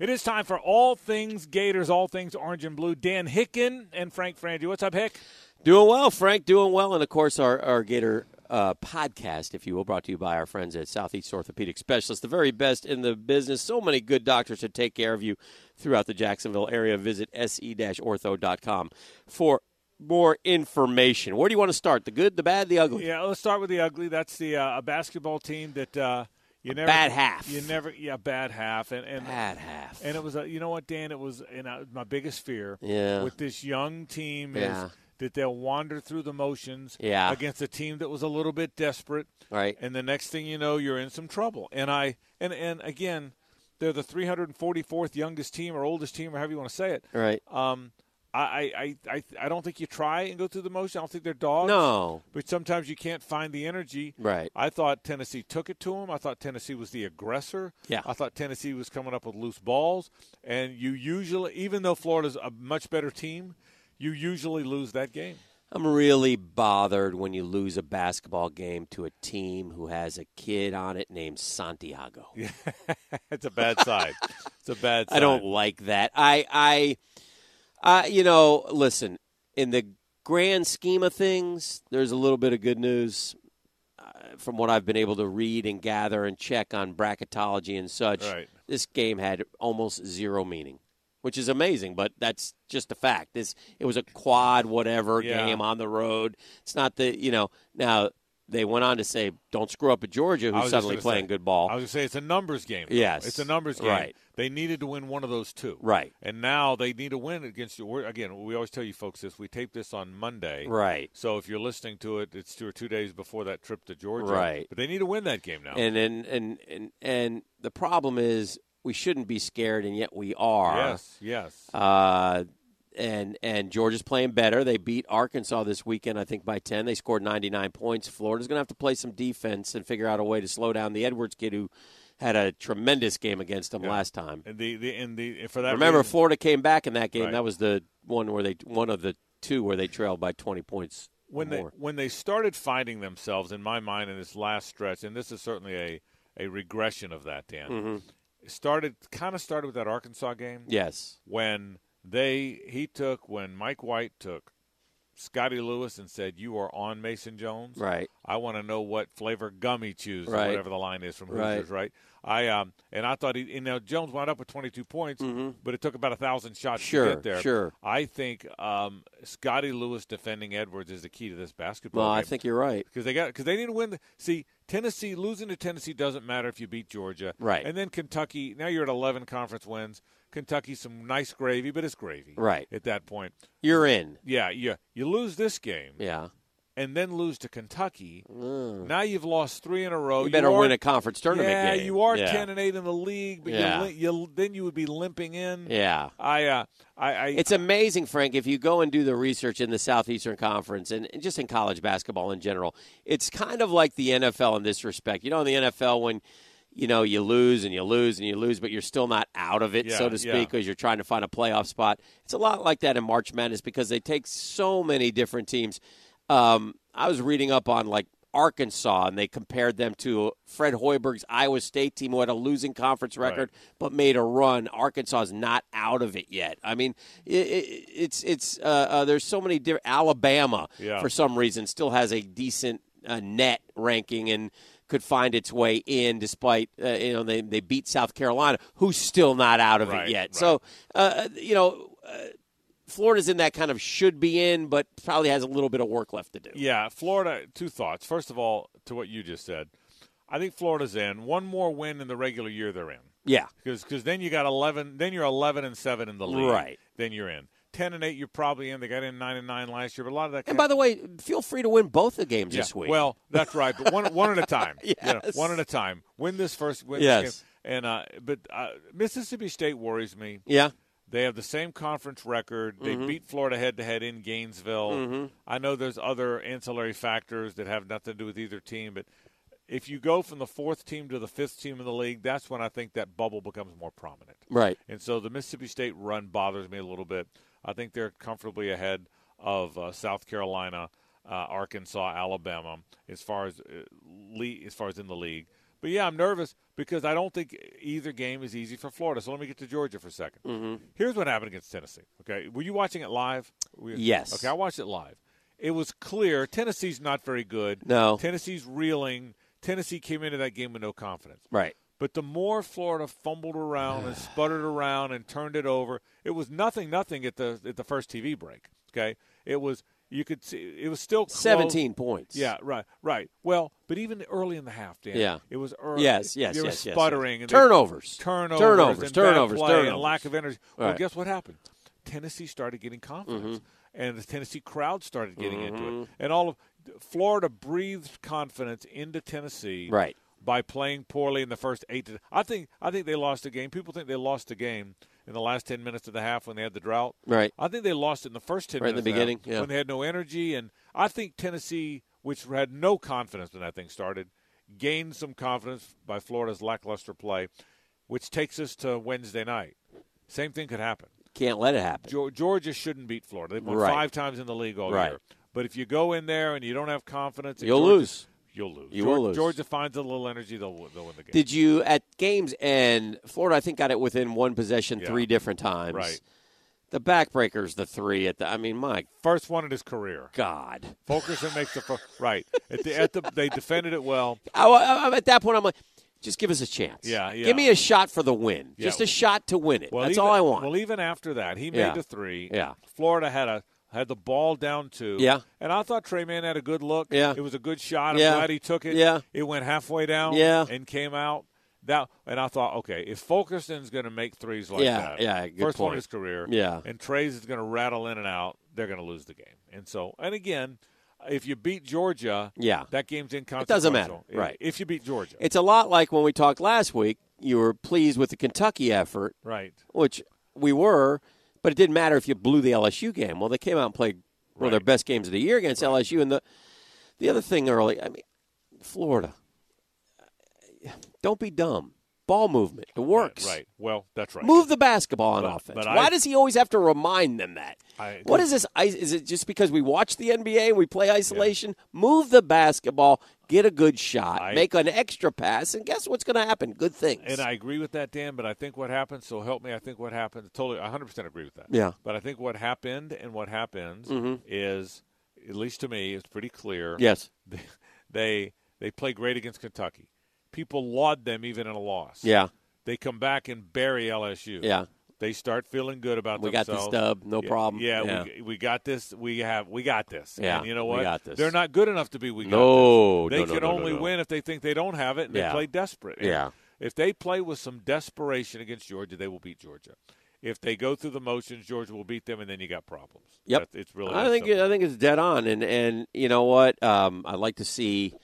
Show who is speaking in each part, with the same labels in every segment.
Speaker 1: It is time for all things Gators, all things orange and blue. Dan Hicken and Frank Frangie. What's up, Hick?
Speaker 2: Doing well, Frank. Doing well, and of course our our Gator uh, podcast, if you will, brought to you by our friends at Southeast Orthopedic Specialists, the very best in the business. So many good doctors to take care of you throughout the Jacksonville area. Visit E se-ortho.com for more information. Where do you want to start? The good, the bad, the ugly.
Speaker 1: Yeah, let's start with the ugly. That's the uh, a basketball team that. Uh, you never,
Speaker 2: bad half.
Speaker 1: You never, yeah, bad half, and and
Speaker 2: bad half.
Speaker 1: And it was, a, you know what, Dan? It was, and I, my biggest fear,
Speaker 2: Yeah.
Speaker 1: with this young team
Speaker 2: Yeah.
Speaker 1: is that they'll wander through the motions,
Speaker 2: Yeah.
Speaker 1: against a team that was a little bit desperate,
Speaker 2: Right.
Speaker 1: And the next thing you know, you're in some trouble. And I, and and again, they're the 344th youngest team or oldest team or however you want to say it.
Speaker 2: Right.
Speaker 1: Um, I, I, I, I- I don't think you try and go through the motion. I don't think they're dogs.
Speaker 2: No.
Speaker 1: But sometimes you can't find the energy.
Speaker 2: Right.
Speaker 1: I thought Tennessee took it to them. I thought Tennessee was the aggressor.
Speaker 2: Yeah.
Speaker 1: I thought Tennessee was coming up with loose balls. And you usually, even though Florida's a much better team, you usually lose that game.
Speaker 2: I'm really bothered when you lose a basketball game to a team who has a kid on it named Santiago.
Speaker 1: it's a bad side. it's a bad side.
Speaker 2: I don't like that. I, I, I, you know, listen. In the grand scheme of things, there's a little bit of good news uh, from what I've been able to read and gather and check on bracketology and such.
Speaker 1: Right.
Speaker 2: This game had almost zero meaning, which is amazing, but that's just a fact. This it was a quad whatever
Speaker 1: Yeah.
Speaker 2: game on the road. It's not the you know now. They went on to say, "Don't screw up at Georgia,
Speaker 1: I
Speaker 2: who's
Speaker 1: was just
Speaker 2: suddenly
Speaker 1: gonna
Speaker 2: playing
Speaker 1: say-
Speaker 2: good ball."
Speaker 1: I was going to say it's a numbers game. though.
Speaker 2: Yes.
Speaker 1: It's a numbers game.
Speaker 2: Right.
Speaker 1: They needed to win one of those two.
Speaker 2: Right.
Speaker 1: And now they need to win against you. We're, again, we always tell you folks this. We tape this on Monday.
Speaker 2: right.
Speaker 1: So if you're listening to it, it's two or two days before that trip to Georgia.
Speaker 2: Right.
Speaker 1: But they need to win that game now.
Speaker 2: And and and and and the problem is we shouldn't be scared, and yet we are.
Speaker 1: yes, yes.
Speaker 2: Uh, and and Georgia's playing better. They beat Arkansas this weekend, I think by ten. They scored ninety nine points. Florida's going to have to play some defense and figure out a way to slow down the Edwards kid who had a tremendous game against them last time.
Speaker 1: And the, the and the and for that
Speaker 2: Remember,
Speaker 1: reason,
Speaker 2: Florida came back in that game.
Speaker 1: Right.
Speaker 2: That was the one where they one of the two where they trailed by twenty points. or
Speaker 1: when they
Speaker 2: more.
Speaker 1: when they started finding themselves in my mind in this last stretch, and this is certainly a a regression of that, Dan.
Speaker 2: Mm-hmm.
Speaker 1: It started kind of started with that Arkansas game.
Speaker 2: yes,
Speaker 1: when they he took when Mike White took Scotty Lewis and said, "You are on Mason Jones."
Speaker 2: right,
Speaker 1: I want to know what flavor gum he choose, or
Speaker 2: Right.
Speaker 1: whatever the line is from
Speaker 2: Right.
Speaker 1: Hoosiers, right? I um, and I thought he. And now Jones wound up with 22 points, but it took about a thousand shots to
Speaker 2: Mm-hmm. Sure,
Speaker 1: get there.
Speaker 2: sure.
Speaker 1: I think um, Scotty Lewis defending Edwards is the key to this basketball.
Speaker 2: Well,
Speaker 1: game
Speaker 2: I think you're right.
Speaker 1: because they got because they need to win. The, see, Tennessee losing to Tennessee doesn't matter if you beat Georgia,
Speaker 2: Right.
Speaker 1: And then Kentucky. Now you're at 11 conference wins. Kentucky, some nice gravy, but it's gravy,
Speaker 2: Right.
Speaker 1: At that point,
Speaker 2: You're in.
Speaker 1: yeah, yeah. You lose this game
Speaker 2: Yeah.
Speaker 1: and then lose to Kentucky. Now you've lost three in a row.
Speaker 2: You better
Speaker 1: Oh, are-
Speaker 2: win a conference tournament
Speaker 1: yeah,
Speaker 2: game.
Speaker 1: you are
Speaker 2: yeah.
Speaker 1: 10 and 8 in the league, but
Speaker 2: Yeah.
Speaker 1: you, you then you would be limping in.
Speaker 2: Yeah.
Speaker 1: I, uh, I, I,
Speaker 2: It's amazing, Frank, if you go and do the research in the Southeastern Conference and and just in college basketball in general, it's kind of like the NFL in this respect. You know, in the NFL, when you know you lose and you lose and you lose, but you're still not out of it, so
Speaker 1: Yeah,
Speaker 2: to
Speaker 1: yeah.
Speaker 2: speak, because you're trying to find a playoff spot. It's a lot like that in March Madness because they take so many different teams. Um, I was reading up on like Arkansas, and they compared them to Fred Hoiberg's Iowa State team, who had a losing conference record but made a run. Arkansas is not out of it yet. I mean, i it, it's it's uh, uh, there's so many different. Alabama,
Speaker 1: Yeah.
Speaker 2: for some reason, still has a decent uh, net ranking and could find its way in, despite uh, you know they they beat South Carolina, who's still not out of
Speaker 1: Right,
Speaker 2: it yet.
Speaker 1: right.
Speaker 2: So uh, you know. Uh, Florida's in that kind of should be in, but probably has a little bit of work left to do.
Speaker 1: Yeah, Florida. Two thoughts. First of all, to what you just said, I think Florida's in one more win in the regular year they're in
Speaker 2: Yeah.
Speaker 1: because then you got eleven. Then you're eleven and seven in the league.
Speaker 2: Right.
Speaker 1: Then you're in ten and eight. You're probably in. They got in nine and nine last year, but a lot of that.
Speaker 2: And by the way, feel free to win both the games
Speaker 1: yeah.
Speaker 2: this week.
Speaker 1: Well, that's right, but one one at a time. You know,
Speaker 2: Yes.
Speaker 1: one at a time. Win this first. Win This
Speaker 2: Yes.
Speaker 1: game. And uh, but uh, Mississippi State worries me.
Speaker 2: yeah,
Speaker 1: They have the same conference record. They
Speaker 2: Mm-hmm.
Speaker 1: beat Florida head to head in Gainesville. I know there's other ancillary factors that have nothing to do with either team, but if you go from the fourth team to the fifth team in the league, that's when I think that bubble becomes more prominent.
Speaker 2: right.
Speaker 1: And so the Mississippi State run bothers me a little bit. I think they're comfortably ahead of uh, South Carolina, uh, Arkansas, Alabama as far as uh, le- as far as in the league. But yeah, I'm nervous because I don't think either game is easy for Florida. So let me get to Georgia for a 2nd mm-hmm. Here's what happened against Tennessee. Okay, were you watching it live? We-
Speaker 2: Yes.
Speaker 1: Okay, I watched it live. It was clear Tennessee's not very good.
Speaker 2: No.
Speaker 1: Tennessee's reeling. Tennessee came into that game with no confidence.
Speaker 2: Right.
Speaker 1: But the more Florida fumbled around and sputtered around and turned it over, it was nothing, nothing at the at the first TV break. Okay, it was you could see it was still close.
Speaker 2: 17 points.
Speaker 1: Yeah, right, right. Well, but even early in the half, Dan.
Speaker 2: Yeah.
Speaker 1: it was early.
Speaker 2: Yes, yes,
Speaker 1: they were
Speaker 2: yes, yes, yes.
Speaker 1: sputtering and they-
Speaker 2: Turnovers.
Speaker 1: turnovers,
Speaker 2: Turnovers,
Speaker 1: and
Speaker 2: turnovers,
Speaker 1: bad play and
Speaker 2: turnovers.
Speaker 1: lack of energy. Well,
Speaker 2: Right. Mm-hmm.
Speaker 1: guess what happened? Tennessee started getting confidence, and the Tennessee crowd started getting into it, and all of Florida breathed confidence into Tennessee,
Speaker 2: Right.
Speaker 1: By playing poorly in the first eight, to, I think I think they lost the game. People think they lost the game in the last ten minutes of the half when they had the drought.
Speaker 2: Right.
Speaker 1: I think they lost it in the first ten
Speaker 2: Right in the
Speaker 1: minutes of half
Speaker 2: beginning, yeah.
Speaker 1: when they had no energy, and I think Tennessee, which had no confidence when that thing started, gained some confidence by Florida's lackluster play, which takes us to Wednesday night. Same thing could happen.
Speaker 2: Can't let it happen.
Speaker 1: Geor- Georgia shouldn't beat Florida. They've won
Speaker 2: Right.
Speaker 1: five times in the league all
Speaker 2: Right.
Speaker 1: year. But if you go in there and you don't have confidence, and
Speaker 2: You'll
Speaker 1: Georgia-
Speaker 2: lose.
Speaker 1: You'll lose.
Speaker 2: You
Speaker 1: Geor-
Speaker 2: will lose.
Speaker 1: Georgia finds a little energy, they'll, they'll win the game.
Speaker 2: Did you at games end? Florida, I think, got it within one possession
Speaker 1: Yeah.
Speaker 2: three different times.
Speaker 1: Right.
Speaker 2: The backbreaker's the three at the. I mean, my
Speaker 1: First one in his career.
Speaker 2: God.
Speaker 1: Fulkerson makes the fir- right at the at the they defended it well.
Speaker 2: I, I, I'm at that point. I'm like, just give us a chance.
Speaker 1: Yeah, yeah.
Speaker 2: Give me a shot for the win.
Speaker 1: Yeah.
Speaker 2: Just a shot to win it.
Speaker 1: Well,
Speaker 2: That's
Speaker 1: even-
Speaker 2: all I want.
Speaker 1: Well, e- even after that, he made
Speaker 2: Yeah.
Speaker 1: the three.
Speaker 2: Yeah.
Speaker 1: Florida had a had the ball down two.
Speaker 2: Yeah.
Speaker 1: And I thought Trey Man had a good look.
Speaker 2: Yeah.
Speaker 1: It was a good shot. I'm
Speaker 2: Yeah.
Speaker 1: glad he took it.
Speaker 2: Yeah.
Speaker 1: It went halfway down.
Speaker 2: Yeah.
Speaker 1: And came out. That and I thought, okay, if Fulkerson's going to make threes like
Speaker 2: Yeah,
Speaker 1: that,
Speaker 2: yeah, good
Speaker 1: first one
Speaker 2: point.
Speaker 1: of his career,
Speaker 2: Yeah.
Speaker 1: and Trey's is going to rattle in and out, they're going to lose the game. And so, and again, if you beat Georgia,
Speaker 2: Yeah.
Speaker 1: that game's inconsequential.
Speaker 2: doesn't matter, right.
Speaker 1: If you beat Georgia,
Speaker 2: it's a lot like when we talked last week. You were pleased with the Kentucky effort,
Speaker 1: right?
Speaker 2: which we were, but it didn't matter if you blew the LSU game. Well, they came out and played one of their
Speaker 1: Right.
Speaker 2: best games of the year against LSU. And the the other thing early, I mean, Florida, don't be dumb. Ball movement, it works.
Speaker 1: Right. Well, that's right.
Speaker 2: Move the basketball on
Speaker 1: But-
Speaker 2: offense.
Speaker 1: but
Speaker 2: Why
Speaker 1: I-
Speaker 2: does he always have to remind them that?
Speaker 1: I-
Speaker 2: what is this? is- Is it just because we watch the NBA and we play isolation? Move the basketball, get a good shot,
Speaker 1: I-
Speaker 2: make an extra pass, and guess what's going to happen? Good things.
Speaker 1: And I agree with that, Dan. But I think what happened. So help me. I think what happened. Totally, 100 percent agree with that.
Speaker 2: Yeah. Mm-hmm.
Speaker 1: But I think what happened and what happens is, at least to me, it's pretty clear.
Speaker 2: yes.
Speaker 1: They, they they play great against Kentucky. People laud them even in a loss.
Speaker 2: Yeah.
Speaker 1: They come back and bury LSU.
Speaker 2: Yeah.
Speaker 1: They start feeling good about
Speaker 2: We got the
Speaker 1: themselves.
Speaker 2: stub, no
Speaker 1: Yeah,
Speaker 2: problem.
Speaker 1: Yeah, We, we got this. We have we got this.
Speaker 2: Yeah,
Speaker 1: And you know
Speaker 2: we
Speaker 1: what?
Speaker 2: got this.
Speaker 1: They're not good enough to be we got
Speaker 2: No,
Speaker 1: this.
Speaker 2: no,
Speaker 1: They
Speaker 2: no,
Speaker 1: can
Speaker 2: no, no,
Speaker 1: only
Speaker 2: no.
Speaker 1: win if they think they don't have it and
Speaker 2: Yeah.
Speaker 1: they play desperate. And
Speaker 2: Yeah.
Speaker 1: If they play with some desperation against Georgia, they will beat Georgia. If they go through the motions, Georgia will beat them and then you got problems.
Speaker 2: Yep.
Speaker 1: That's- it's really
Speaker 2: I
Speaker 1: that
Speaker 2: think
Speaker 1: simple.
Speaker 2: I think it's dead on, and and you know what? Um, I'd like to see, I'd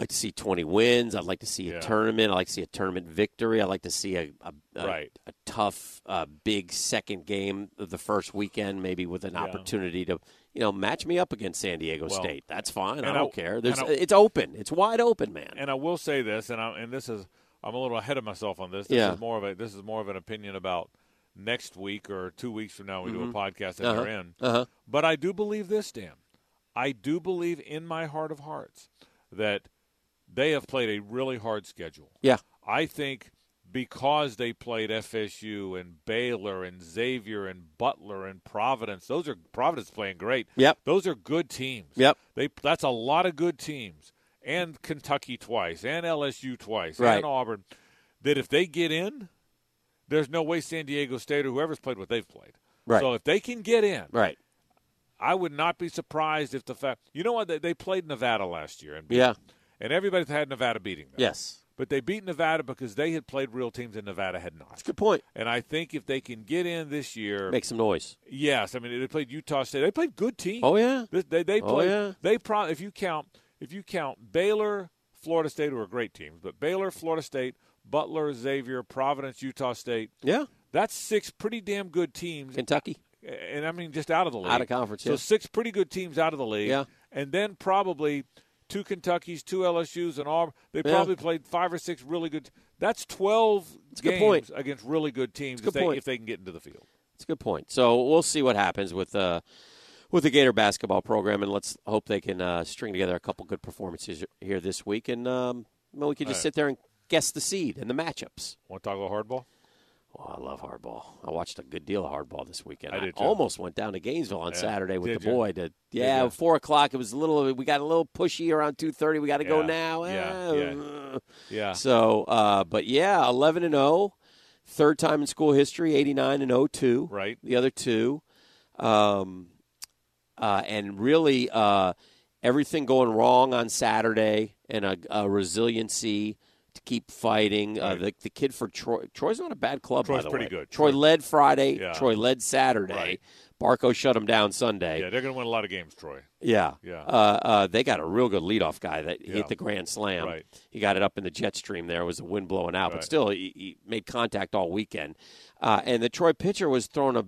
Speaker 2: like to see twenty wins. I'd like to see a
Speaker 1: Yeah.
Speaker 2: tournament. I'd like to see a tournament victory. I'd like to see a a, a,
Speaker 1: Right.
Speaker 2: a tough, uh, big second game of the first weekend, maybe with an opportunity to you know match me up against San Diego
Speaker 1: Well,
Speaker 2: State. That's fine. I
Speaker 1: and
Speaker 2: don't
Speaker 1: I-
Speaker 2: care. There's
Speaker 1: and I-
Speaker 2: it's open. It's wide open, man.
Speaker 1: and I will say this, and I and this is I'm a little ahead of myself on this. This
Speaker 2: Yeah.
Speaker 1: is more of a this is more of an opinion about next week or two weeks from now when we do a podcast that
Speaker 2: Uh-huh.
Speaker 1: we're in.
Speaker 2: Uh-huh.
Speaker 1: But I do believe this, Dan. I do believe in my heart of hearts that they have played a really hard schedule.
Speaker 2: yeah,
Speaker 1: I think because they played FSU and Baylor and Xavier and Butler and Providence, those are Providence playing great.
Speaker 2: Yep.
Speaker 1: Those are good teams.
Speaker 2: Yep.
Speaker 1: They that's a lot of good teams. And Kentucky twice and LSU twice
Speaker 2: Right.
Speaker 1: and Auburn. That if they get in, there's no way San Diego State or whoever's played what they've played.
Speaker 2: Right.
Speaker 1: So if they can get in,
Speaker 2: right.
Speaker 1: I would not be surprised if the fact you know what they, they played Nevada last year and beat
Speaker 2: Yeah.
Speaker 1: them. and everybody had Nevada beating them.
Speaker 2: Yes.
Speaker 1: But they beat Nevada because they had played real teams and Nevada had not.
Speaker 2: Good point.
Speaker 1: And I think if they can get in this year,
Speaker 2: Make some noise.
Speaker 1: yes, I mean they played Utah State. They played good teams.
Speaker 2: Oh yeah.
Speaker 1: They, they, they
Speaker 2: Oh,
Speaker 1: played.
Speaker 2: yeah.
Speaker 1: They pro- if you count if you count Baylor, Florida State were great teams, but Baylor, Florida State, Butler, Xavier, Providence, Utah State.
Speaker 2: Yeah.
Speaker 1: That's six pretty damn good teams,
Speaker 2: Kentucky.
Speaker 1: and I mean just out of the league,
Speaker 2: Out of conference,
Speaker 1: So
Speaker 2: yeah.
Speaker 1: six pretty good teams out of the league,
Speaker 2: Yeah.
Speaker 1: and then probably two Kentuckys, two LSU's, and Auburn. They
Speaker 2: Yeah.
Speaker 1: probably played five or six really good. That's twelve
Speaker 2: a good
Speaker 1: games
Speaker 2: point.
Speaker 1: against really good teams
Speaker 2: It's a
Speaker 1: if
Speaker 2: good
Speaker 1: they,
Speaker 2: point.
Speaker 1: if they can get into the field.
Speaker 2: It's a good point. So we'll see what happens with uh, with the Gator basketball program, and let's hope they can uh, string together a couple good performances here this week and um, Then we could just sit there and guess the seed and the matchups.
Speaker 1: Want to talk about hardball?
Speaker 2: Oh, I love hardball. I watched a good deal of hardball this weekend.
Speaker 1: I did, too.
Speaker 2: almost went down to Gainesville on
Speaker 1: Yeah.
Speaker 2: Saturday with
Speaker 1: Did
Speaker 2: the
Speaker 1: you?
Speaker 2: boy. To yeah,
Speaker 1: ya?
Speaker 2: four o'clock. It was a little. We got a little pushy around two thirty. We got to go
Speaker 1: Yeah.
Speaker 2: now.
Speaker 1: Yeah.
Speaker 2: Ah,
Speaker 1: Yeah. Yeah.
Speaker 2: So, uh, but yeah, eleven and 0, third time in school history. Eighty nine and 02.
Speaker 1: Right.
Speaker 2: The other two, um, uh, and really uh, everything going wrong on Saturday, and a, a resiliency to keep fighting. Uh,
Speaker 1: Right.
Speaker 2: the, the kid for Troy, Troy's not a bad club. by
Speaker 1: Troy's
Speaker 2: the
Speaker 1: pretty
Speaker 2: way.
Speaker 1: good.
Speaker 2: Troy
Speaker 1: Troy-
Speaker 2: led Friday.
Speaker 1: Yeah.
Speaker 2: Troy led Saturday.
Speaker 1: Right.
Speaker 2: Barco shut him down Sunday.
Speaker 1: Yeah, they're going to win a lot of games, Troy.
Speaker 2: Yeah.
Speaker 1: Yeah.
Speaker 2: Uh, uh, they got a real good leadoff guy that
Speaker 1: Yeah.
Speaker 2: hit the grand slam.
Speaker 1: Right.
Speaker 2: He got it up in the jet stream there. It was the wind blowing out,
Speaker 1: Right.
Speaker 2: but still, he, he made contact all weekend. Uh, and the Troy pitcher was throwing a,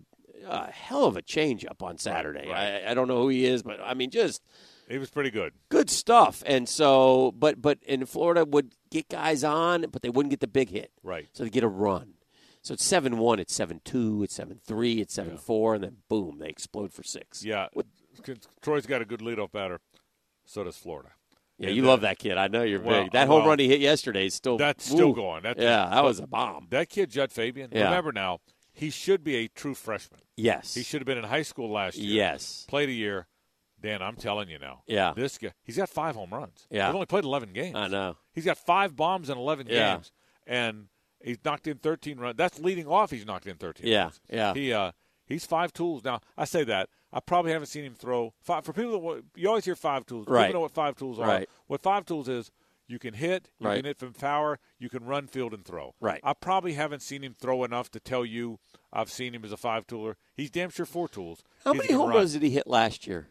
Speaker 2: a hell of a changeup on Saturday.
Speaker 1: right.
Speaker 2: I, I don't know who he is, but I mean, just
Speaker 1: He was pretty good.
Speaker 2: good stuff. And so, but but in Florida would get guys on, but they wouldn't get the big hit.
Speaker 1: Right.
Speaker 2: So they get a run. So it's seven one, it's seven two, it's seven three, it's seven four, and then boom, they explode for six.
Speaker 1: Yeah. Troy's got a good leadoff batter. So does Florida.
Speaker 2: Yeah,
Speaker 1: And
Speaker 2: you
Speaker 1: that-
Speaker 2: love that kid. I know you're
Speaker 1: Well,
Speaker 2: big. That home
Speaker 1: well,
Speaker 2: run he hit yesterday is still
Speaker 1: That's still
Speaker 2: Ooh.
Speaker 1: going. That,
Speaker 2: Yeah, that was a bomb.
Speaker 1: That kid, Judd Fabian,
Speaker 2: Yeah.
Speaker 1: remember now, he should be a true freshman.
Speaker 2: Yes.
Speaker 1: He should have been in high school last year.
Speaker 2: Yes.
Speaker 1: Played a year. Dan, I'm telling you now.
Speaker 2: Yeah.
Speaker 1: This guy, he's got five home runs.
Speaker 2: Yeah.
Speaker 1: He's only played 11 games.
Speaker 2: I know.
Speaker 1: He's got five bombs in 11
Speaker 2: Yeah.
Speaker 1: games. And he's knocked in 13 runs. That's leading off, he's knocked in 13
Speaker 2: Yeah.
Speaker 1: runs.
Speaker 2: Yeah.
Speaker 1: He, uh, he's five tools. Now, I say that. I probably haven't seen him throw five. For people that wa- you always hear five tools.
Speaker 2: Right.
Speaker 1: People know what five tools are.
Speaker 2: Right.
Speaker 1: What five tools is, you can hit, you
Speaker 2: Right.
Speaker 1: can hit from power, you can run, field, and throw.
Speaker 2: Right.
Speaker 1: I probably haven't seen him throw enough to tell you I've seen him as a five tooler. He's damn sure four tools.
Speaker 2: How
Speaker 1: He's
Speaker 2: many
Speaker 1: a
Speaker 2: home
Speaker 1: run.
Speaker 2: runs did he hit last year?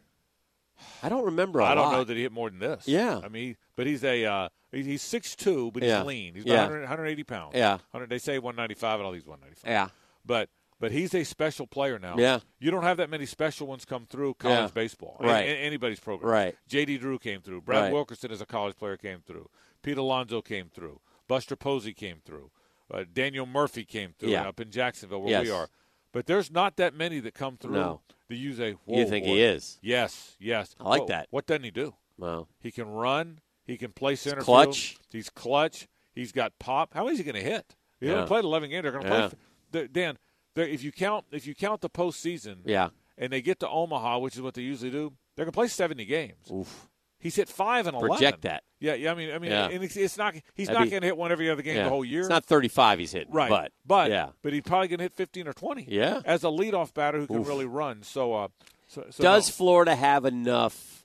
Speaker 2: I don't remember. I
Speaker 1: I don't know that he hit more than this.
Speaker 2: Yeah.
Speaker 1: I mean, but he's a uh, he- he's six two, but
Speaker 2: Yeah.
Speaker 1: he's lean. He's
Speaker 2: Yeah.
Speaker 1: about 100, 180 pounds.
Speaker 2: Yeah.
Speaker 1: 100, they say 195, and all these 195.
Speaker 2: Yeah.
Speaker 1: But but he's a special player now.
Speaker 2: Yeah.
Speaker 1: You don't have that many special ones come through college
Speaker 2: Yeah.
Speaker 1: baseball.
Speaker 2: Right.
Speaker 1: A- a- anybody's program.
Speaker 2: Right.
Speaker 1: J.D. Drew came through. Brad
Speaker 2: Right.
Speaker 1: Wilkerson as a college player came through. Pete Alonso came through. Buster Posey came through. Uh, Daniel Murphy came through
Speaker 2: Yeah.
Speaker 1: up in Jacksonville where we
Speaker 2: Yes.
Speaker 1: are. But there's not that many that come through.
Speaker 2: No.
Speaker 1: That you say, whoa,
Speaker 2: You think
Speaker 1: boy.
Speaker 2: he is?
Speaker 1: Yes, yes.
Speaker 2: I like
Speaker 1: Whoa,
Speaker 2: that.
Speaker 1: What doesn't he do?
Speaker 2: Well,
Speaker 1: He can run. He can play center
Speaker 2: clutch.
Speaker 1: field. He's clutch. He's got pop. How is he going to hit? He
Speaker 2: Yeah.
Speaker 1: only played 11 games. They're going to
Speaker 2: Yeah.
Speaker 1: play. the- Dan, they're- if you count, if you count the postseason,
Speaker 2: yeah.
Speaker 1: and they get to Omaha, which is what they usually do, they're going to play 70 games.
Speaker 2: Oof.
Speaker 1: He's hit five and 11.
Speaker 2: Project that.
Speaker 1: Yeah, yeah. I mean, I mean,
Speaker 2: Yeah.
Speaker 1: and it's, it's not. He's
Speaker 2: That'd
Speaker 1: not
Speaker 2: be-
Speaker 1: going to hit one every other game
Speaker 2: yeah.
Speaker 1: the whole year.
Speaker 2: It's not 35 he's hitting.
Speaker 1: Right.
Speaker 2: But,
Speaker 1: but
Speaker 2: yeah.
Speaker 1: but he's probably going to hit 15 or 20.
Speaker 2: Yeah.
Speaker 1: As a leadoff batter who can
Speaker 2: Oof.
Speaker 1: really run. So, uh, so, so
Speaker 2: Does
Speaker 1: no.
Speaker 2: Florida have enough?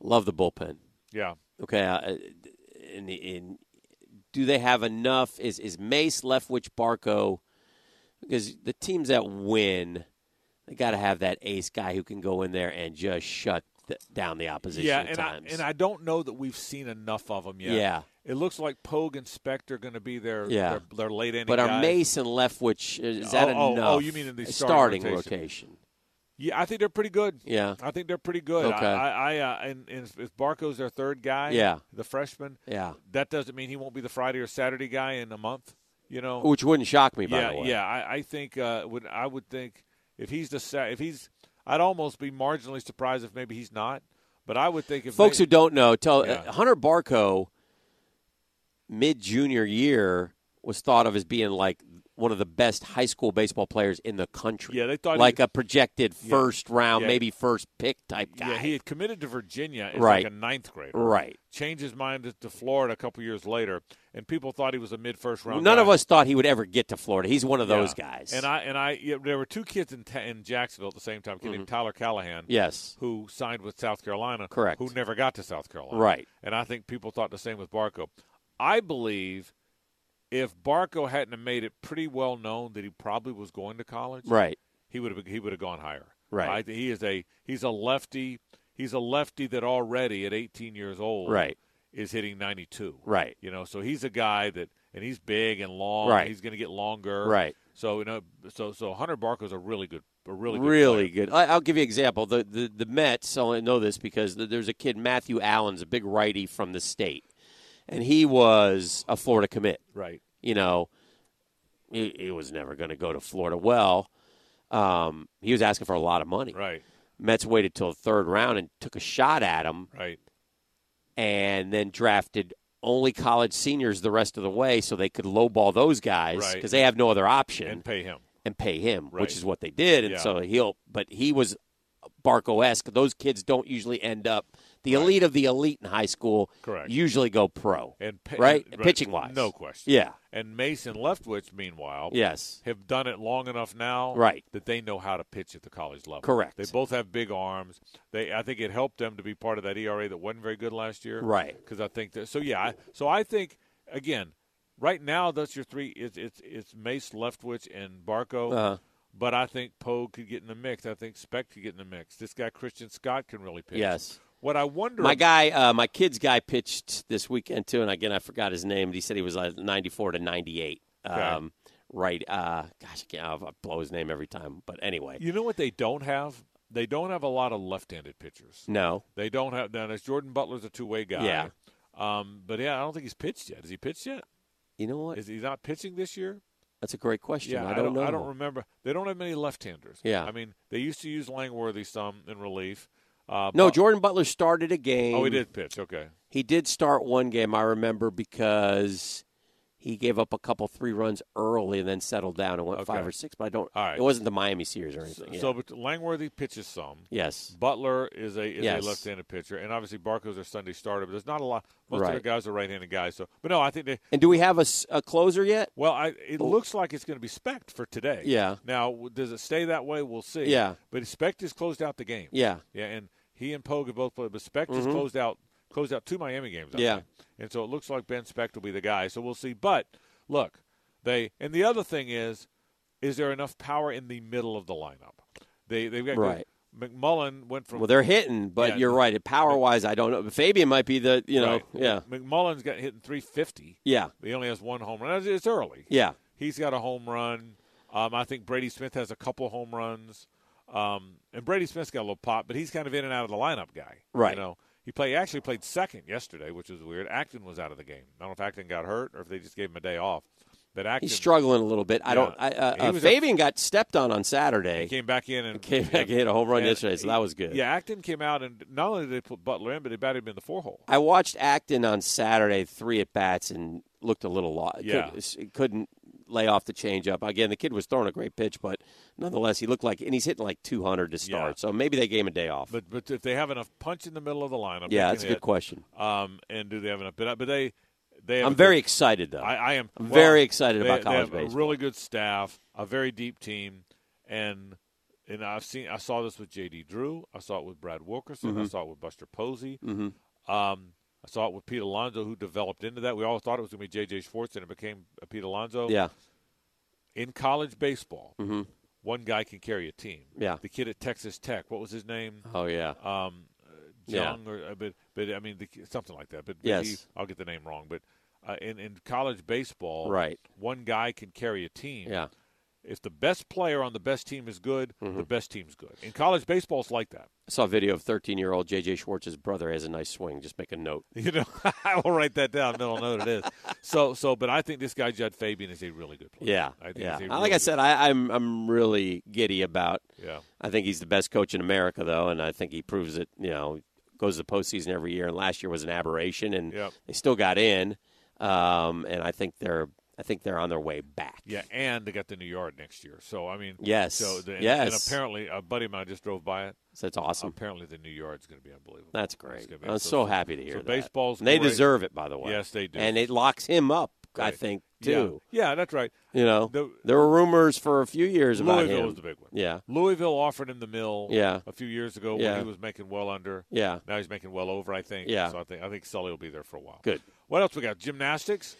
Speaker 2: Love the bullpen.
Speaker 1: yeah.
Speaker 2: Okay, uh, and, and do they have enough? Is is Mace Leftwich Barco? Because the teams that win, they got to have that ace guy who can go in there and just shut th- down the opposition.
Speaker 1: Yeah,
Speaker 2: at
Speaker 1: and
Speaker 2: times.
Speaker 1: I and I don't know that we've seen enough of them yet.
Speaker 2: Yeah.
Speaker 1: it looks like Pogue and Specter are going to be their
Speaker 2: Yeah.
Speaker 1: their, their late inning.
Speaker 2: but are
Speaker 1: guys.
Speaker 2: Mace and Leftwich is that
Speaker 1: Oh, oh, oh,
Speaker 2: enough?
Speaker 1: you mean in the
Speaker 2: A
Speaker 1: starting
Speaker 2: rotation.
Speaker 1: rotation. Yeah, I think they're pretty good.
Speaker 2: Yeah,
Speaker 1: I think they're pretty good.
Speaker 2: Okay.
Speaker 1: I, I, I uh, and, and if Barco's their third guy,
Speaker 2: Yeah.
Speaker 1: the freshman,
Speaker 2: yeah,
Speaker 1: that doesn't mean he won't be the Friday or Saturday guy in a month. You know,
Speaker 2: which wouldn't shock me. By
Speaker 1: yeah,
Speaker 2: the way,
Speaker 1: yeah. I, I think uh, would I would think if he's the sa- if he's I'd almost be marginally surprised if maybe he's not. But I would think if
Speaker 2: Folks
Speaker 1: they,
Speaker 2: who don't know, tell uh,
Speaker 1: Yeah.
Speaker 2: Hunter Barco, mid junior year, was thought of as being like one of the best high school baseball players in the country.
Speaker 1: Yeah, they thought he
Speaker 2: like
Speaker 1: was-
Speaker 2: a projected first round,
Speaker 1: Yeah.
Speaker 2: maybe first pick type guy.
Speaker 1: yeah he had committed to Virginia as
Speaker 2: Right.
Speaker 1: like a ninth grader.
Speaker 2: right.
Speaker 1: changed his mind to, to Florida a couple years later, and people thought he was a mid first round.
Speaker 2: None
Speaker 1: guy.
Speaker 2: of us thought he would ever get to Florida. He's one of
Speaker 1: Yeah.
Speaker 2: those guys.
Speaker 1: And I and I yeah, there were two kids in, Ta- in Jacksonville at the same time, a kid named
Speaker 2: Mm-hmm.
Speaker 1: Tyler Callahan,
Speaker 2: yes,
Speaker 1: who signed with South Carolina,
Speaker 2: Correct.
Speaker 1: Who never got to South Carolina,
Speaker 2: right.
Speaker 1: And I think people thought the same with Barco. I believe if Barco hadn't have made it pretty well known that he probably was going to college,
Speaker 2: Right.
Speaker 1: he would have he would have gone higher.
Speaker 2: Right.
Speaker 1: I, he is a he's a lefty. He's a lefty that already at 18 years old
Speaker 2: Right.
Speaker 1: is hitting 92.
Speaker 2: Right.
Speaker 1: You know, so he's a guy that and he's big and long.
Speaker 2: Right.
Speaker 1: He's going to get longer.
Speaker 2: Right.
Speaker 1: So you know, so so Hunter Barco's a really good, a really good
Speaker 2: Really
Speaker 1: player.
Speaker 2: good. I, I'll give you an example. The, the the Mets. I only know this because th- there's a kid Matthew Allen's a big righty from the state, and he was a Florida commit.
Speaker 1: right?
Speaker 2: you know, he, he was never going to go to Florida. Well, um, he was asking for a lot of money.
Speaker 1: Right,
Speaker 2: Mets waited till the third round and took a shot at him,
Speaker 1: right,
Speaker 2: and then drafted only college seniors the rest of the way so they could lowball those guys
Speaker 1: Right.
Speaker 2: because they have no other option
Speaker 1: and
Speaker 2: and,
Speaker 1: pay him.
Speaker 2: pay him,
Speaker 1: Right.
Speaker 2: which is what they did. And
Speaker 1: Yeah.
Speaker 2: so he'll, but he was Barco esque. Those kids don't usually end up. The elite of the elite in high school
Speaker 1: Correct.
Speaker 2: usually go pro.
Speaker 1: And pay,
Speaker 2: Right? Pitching wise.
Speaker 1: no question.
Speaker 2: Yeah.
Speaker 1: And Mason Leftwich, meanwhile,
Speaker 2: Yes.
Speaker 1: have done it long enough now,
Speaker 2: Right.
Speaker 1: that they know how to pitch at the college level.
Speaker 2: Correct.
Speaker 1: They both have big arms. They, I think, it helped them to be part of that ERA that wasn't very good last year,
Speaker 2: Right.
Speaker 1: Because I think that. So yeah, I, so I think again, right now that's your three. It's it's it's Mace Leftwich and Barco.
Speaker 2: Uh-huh.
Speaker 1: But I think Poe could get in the mix. I think Speck could get in the mix. This guy Christian Scott can really pitch.
Speaker 2: Yes.
Speaker 1: What I wonder,
Speaker 2: My guy, uh, my kid's guy pitched this weekend too, and again I forgot his name. But he said he was like 94 to 98. Um, right. Uh, gosh, I can't. I blow his name every time. But anyway,
Speaker 1: you know what they don't have? They don't have a lot of left-handed pitchers.
Speaker 2: no.
Speaker 1: They don't have now. That's Jordan Butler's a two-way guy.
Speaker 2: Yeah.
Speaker 1: Um, but yeah, I don't think he's pitched yet. Has he pitched yet?
Speaker 2: You know what?
Speaker 1: Is he not pitching this year?
Speaker 2: That's a great question.
Speaker 1: Yeah,
Speaker 2: I don't know.
Speaker 1: I don't remember. They don't have many left-handers.
Speaker 2: Yeah.
Speaker 1: I mean, they used to use Langworthy some in relief. Uh,
Speaker 2: no,
Speaker 1: but-
Speaker 2: Jordan Butler started a game.
Speaker 1: Oh, he did pitch. Okay.
Speaker 2: He did start one game. I remember because he gave up a couple three runs early and then settled down and went
Speaker 1: Okay.
Speaker 2: five or six. But I don't.
Speaker 1: All right.
Speaker 2: It wasn't the Miami series or
Speaker 1: So,
Speaker 2: anything. yeah.
Speaker 1: so but Langworthy pitches some.
Speaker 2: yes.
Speaker 1: Butler is a is
Speaker 2: Yes.
Speaker 1: a left-handed pitcher, and obviously Barco's a Sunday starter. But there's not a lot. Most of
Speaker 2: Right.
Speaker 1: the guys are right-handed guys. So, but no, I think they.
Speaker 2: And do we have a, s- a closer yet?
Speaker 1: Well, I, it looks like it's going to be Specked for today.
Speaker 2: Yeah.
Speaker 1: Now, w- does it stay that way? We'll see.
Speaker 2: Yeah.
Speaker 1: But Specked has closed out the game.
Speaker 2: Yeah.
Speaker 1: Yeah, and he and Pogue have both played, but Speck just closed out closed out two Miami games. I
Speaker 2: Mm-hmm. Yeah.
Speaker 1: think. and so it looks like Ben Speck will be the guy. So we'll see. But look, they and the other thing is, is there enough power in the middle of the lineup? They they've got
Speaker 2: Right.
Speaker 1: McMullen went from
Speaker 2: Well, they're hitting, but
Speaker 1: Yeah.
Speaker 2: you're right. Power wise, I don't know. Fabian might be the you know
Speaker 1: right.
Speaker 2: yeah
Speaker 1: McMullen's got hitting three fifty.
Speaker 2: yeah
Speaker 1: He only has one home run. It's- It's early.
Speaker 2: yeah.
Speaker 1: He's got a home run. Um, I think Brady Smith has a couple home runs. Um, and Brady Smith's got a little pop, but he's kind of in and out of the lineup guy.
Speaker 2: Right.
Speaker 1: You know, he play he actually played second yesterday, which was weird. Acton was out of the game. I don't know if Acton got hurt or if they just gave him a day off. But Acton
Speaker 2: He's struggling a little bit. I don't.
Speaker 1: Yeah.
Speaker 2: I, uh,
Speaker 1: He
Speaker 2: uh,
Speaker 1: was a-
Speaker 2: Fabian got stepped on on Saturday.
Speaker 1: came back in and
Speaker 2: Came back and hit a home run
Speaker 1: and
Speaker 2: yesterday, so
Speaker 1: he-
Speaker 2: that was good.
Speaker 1: Yeah, Acton came out and not only did they put Butler in, but they batted him in the four hole.
Speaker 2: I watched Acton on Saturday, three at bats, and looked a little lost.
Speaker 1: Yeah.
Speaker 2: Couldn't, couldn't lay off the changeup. Again, the kid was throwing a great pitch, but nonetheless, he looked like and he's hitting like 200 to start. So maybe they gave him a day off.
Speaker 1: But but if they have enough punch in the middle of the lineup,
Speaker 2: yeah,
Speaker 1: they
Speaker 2: that's a
Speaker 1: can
Speaker 2: good question.
Speaker 1: hit. Um, and do they have enough? But, but they they have
Speaker 2: I'm
Speaker 1: a good-
Speaker 2: very excited though.
Speaker 1: I, I am
Speaker 2: I'm
Speaker 1: well,
Speaker 2: very excited
Speaker 1: they,
Speaker 2: about
Speaker 1: they
Speaker 2: college
Speaker 1: have
Speaker 2: baseball.
Speaker 1: A really good staff, a very deep team, and and I've seen I saw this with J.D. Drew. I saw it with Brad Wilkerson.
Speaker 2: Mm-hmm.
Speaker 1: I saw it with Buster Posey.
Speaker 2: hmm
Speaker 1: Um, I saw it with Pete Alonso, who developed into that. We all thought it was going to be J.J. Schwartz, and it became uh, Pete Alonso.
Speaker 2: Yeah,
Speaker 1: In college baseball,
Speaker 2: hmm
Speaker 1: one guy can carry a team.
Speaker 2: yeah.
Speaker 1: The kid at Texas Tech, what was his name?
Speaker 2: Oh yeah.
Speaker 1: um, uh,
Speaker 2: Yeah.
Speaker 1: Jung or uh, but but I mean the, something like that. But, but
Speaker 2: Yes.
Speaker 1: he- I'll get the name wrong. But uh, in in college baseball,
Speaker 2: Right.
Speaker 1: one guy can carry a team.
Speaker 2: Yeah. Mm-hmm.
Speaker 1: If the best player on the best team is good, the best team's good. In college baseball, it's like that.
Speaker 2: I saw a video of 13 year old JJ Schwartz's brother has a nice swing. Just make a note.
Speaker 1: You know, I will write that down. No, I know what it is. So so, but I think this guy Judd Fabian is a really good player.
Speaker 2: Yeah,
Speaker 1: I think
Speaker 2: yeah.
Speaker 1: he's a
Speaker 2: Like
Speaker 1: really
Speaker 2: I said, I, I'm I'm really giddy about.
Speaker 1: Yeah.
Speaker 2: I think he's the best coach in America, though, and I think he proves it. You know, goes to the postseason every year, and last year was an aberration, and
Speaker 1: Yep.
Speaker 2: they still got in. Um, and I think they're I think they're on their way back.
Speaker 1: Yeah, and they got the new yard next year. So I mean,
Speaker 2: Yes.
Speaker 1: So the, and-
Speaker 2: yes.
Speaker 1: and apparently, a buddy of mine just drove by it.
Speaker 2: So that's awesome.
Speaker 1: Apparently, the new yard's going to be unbelievable.
Speaker 2: That's
Speaker 1: It's
Speaker 2: great.
Speaker 1: gonna be
Speaker 2: I'm so,
Speaker 1: absolutely-
Speaker 2: happy to hear
Speaker 1: So
Speaker 2: that.
Speaker 1: baseball's
Speaker 2: and they
Speaker 1: great.
Speaker 2: deserve it, by the way.
Speaker 1: Yes, they do.
Speaker 2: And it locks him up, I
Speaker 1: Right.
Speaker 2: think,
Speaker 1: Yeah.
Speaker 2: too.
Speaker 1: Yeah, that's right.
Speaker 2: You know,
Speaker 1: The-
Speaker 2: there were rumors for a few years about
Speaker 1: Louisville
Speaker 2: him.
Speaker 1: was the big one.
Speaker 2: yeah,
Speaker 1: Louisville offered him the mill
Speaker 2: Yeah.
Speaker 1: a few years ago
Speaker 2: Yeah.
Speaker 1: when he was making well under.
Speaker 2: yeah.
Speaker 1: Now he's making well over, I think.
Speaker 2: Yeah.
Speaker 1: So I think I think Sully will be there for a while.
Speaker 2: Good.
Speaker 1: What else we got? Gymnastics,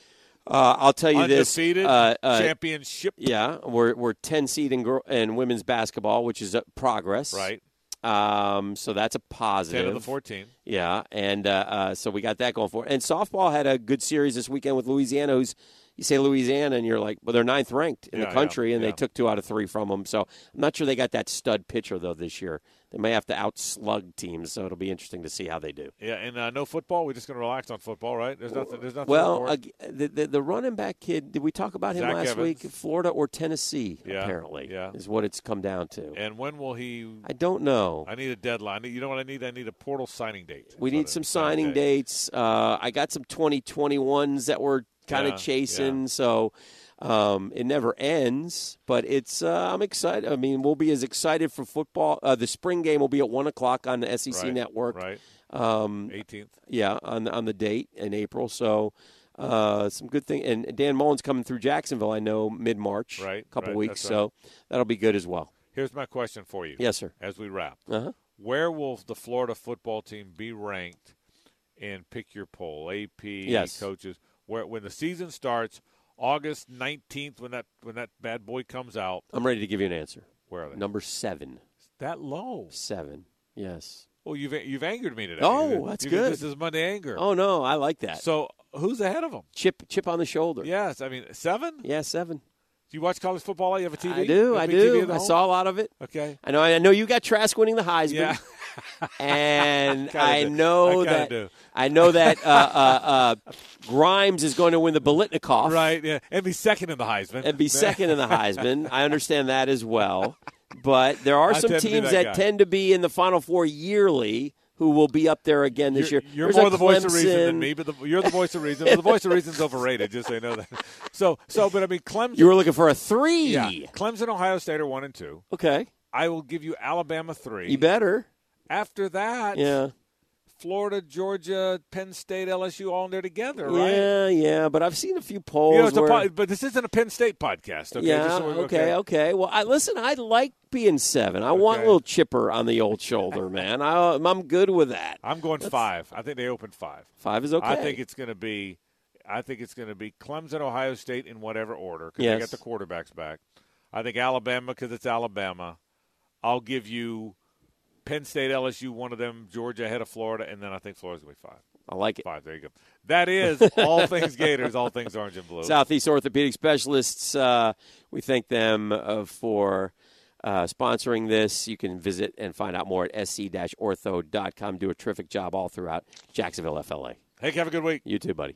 Speaker 2: Uh, I'll tell you
Speaker 1: undefeated
Speaker 2: this. Uh, uh,
Speaker 1: championship.
Speaker 2: yeah, we're we're ten seed in girl in women's basketball, which is uh, progress.
Speaker 1: Right.
Speaker 2: Um, so that's a positive.
Speaker 1: Ten of the fourteen.
Speaker 2: Yeah, and uh, uh, so we got that going for it. And softball had a good series this weekend with Louisiana, who's you say Louisiana, and you're like, well, they're ninth ranked in
Speaker 1: Yeah,
Speaker 2: the
Speaker 1: yeah,
Speaker 2: country, and
Speaker 1: yeah.
Speaker 2: they took two out of three from them. So I'm not sure they got that stud pitcher though this year. They may have to outslug teams, so it'll be interesting to see how they do.
Speaker 1: Yeah, and uh, no football. We're just going to relax on football, right? There's nothing. There's nothing. to
Speaker 2: Well,
Speaker 1: report.
Speaker 2: ag- the, the the running back kid, did we talk about him
Speaker 1: Zach
Speaker 2: last
Speaker 1: Evans.
Speaker 2: week? Florida or Tennessee?
Speaker 1: Yeah,
Speaker 2: Apparently,
Speaker 1: yeah.
Speaker 2: is what it's come down to.
Speaker 1: and when will he?
Speaker 2: I don't know.
Speaker 1: I need a deadline. You know what I need? I need a portal signing date.
Speaker 2: We
Speaker 1: That's what
Speaker 2: need
Speaker 1: I-
Speaker 2: some signing
Speaker 1: date.
Speaker 2: dates. Uh, I got some 2021s that we're kind of
Speaker 1: Yeah,
Speaker 2: chasing, so um, it never ends. But it's uh, I'm excited. I mean, we'll be as excited for football. Uh, the spring game will be at one o'clock on the SEC
Speaker 1: Right,
Speaker 2: Network.
Speaker 1: Right,
Speaker 2: Um,
Speaker 1: 18th.
Speaker 2: yeah, on on the date in April. So uh, some good thing. And Dan Mullen's coming through Jacksonville. I know mid March,
Speaker 1: Right,
Speaker 2: A couple
Speaker 1: right,
Speaker 2: weeks,
Speaker 1: that's right.
Speaker 2: so that'll be good as well.
Speaker 1: Here's my question for you.
Speaker 2: Yes, sir.
Speaker 1: As we wrap,
Speaker 2: Uh-huh.
Speaker 1: where will the Florida football team be ranked in pick your poll? AP
Speaker 2: Yes.
Speaker 1: coaches. Where when the season starts, August 19th, when that when that bad boy comes out,
Speaker 2: I'm ready to give you an answer.
Speaker 1: where are they?
Speaker 2: Number seven,
Speaker 1: That low.
Speaker 2: seven. Yes.
Speaker 1: Well, you've you've angered me today.
Speaker 2: Oh,
Speaker 1: You-
Speaker 2: that's
Speaker 1: you did-
Speaker 2: good.
Speaker 1: This is Monday anger.
Speaker 2: Oh no, I like that.
Speaker 1: So who's ahead of them?
Speaker 2: chip, chip on the shoulder.
Speaker 1: Yes, I mean seven.
Speaker 2: Yeah, seven.
Speaker 1: Do you watch college football? You have a TV?
Speaker 2: I
Speaker 1: You
Speaker 2: do,
Speaker 1: have
Speaker 2: I
Speaker 1: a big TV
Speaker 2: do.
Speaker 1: at
Speaker 2: I
Speaker 1: home?
Speaker 2: saw a lot of it.
Speaker 1: Okay.
Speaker 2: I know, I know you got Trask winning the Heisman,
Speaker 1: Yeah.
Speaker 2: and
Speaker 1: Kinda
Speaker 2: I
Speaker 1: do.
Speaker 2: know
Speaker 1: I kinda
Speaker 2: that
Speaker 1: do.
Speaker 2: I know that uh, uh, uh, Grimes is going to win the Bolitnikoff
Speaker 1: Right. Yeah. And be second in the Heisman.
Speaker 2: and be second in the Heisman. I understand that as well, but there are
Speaker 1: I
Speaker 2: some
Speaker 1: tend to be
Speaker 2: teams
Speaker 1: that
Speaker 2: that
Speaker 1: guy.
Speaker 2: tend to be in the Final Four yearly who will be up there again this
Speaker 1: You're,
Speaker 2: year.
Speaker 1: you're
Speaker 2: There's
Speaker 1: more
Speaker 2: a
Speaker 1: the voice of reason
Speaker 2: Clemson.
Speaker 1: than me, but the, you're the voice of reason. But the voice of reason's overrated. Just so you know that. So, so, but I mean, Clemson.
Speaker 2: You were looking for a three.
Speaker 1: yeah, Clemson, Ohio State are one and two.
Speaker 2: Okay,
Speaker 1: I will give you Alabama three.
Speaker 2: you better.
Speaker 1: After that,
Speaker 2: Yeah.
Speaker 1: Florida, Georgia, Penn State, LSU, all in there together, right?
Speaker 2: Yeah, yeah, but I've seen a few polls.
Speaker 1: You know, it's a
Speaker 2: where,
Speaker 1: po- but this isn't a Penn State podcast. Okay?
Speaker 2: yeah,
Speaker 1: Just so we-
Speaker 2: okay, okay. Well, I listen. I like being seven. I want a
Speaker 1: Okay.
Speaker 2: little chipper on the old shoulder, man. I, I'm good with that.
Speaker 1: I'm going five. I think they open five.
Speaker 2: Five is okay.
Speaker 1: I think it's going to be, I think it's going to be Clemson, Ohio State in whatever order because they got
Speaker 2: Yes.
Speaker 1: the quarterbacks back. I think Alabama because it's Alabama. I'll give you Penn State, LSU, one of them, Georgia ahead of Florida, and then I think Florida's going to be five.
Speaker 2: I like it.
Speaker 1: Five. There you go. That is all things Gators, all things orange and blue.
Speaker 2: Southeast Orthopedic Specialists. Uh, we thank them uh, for uh, sponsoring this. You can visit and find out more at sc-ortho.com. Do a terrific job all throughout Jacksonville, FLA.
Speaker 1: Hey, have a good week.
Speaker 2: You too, buddy.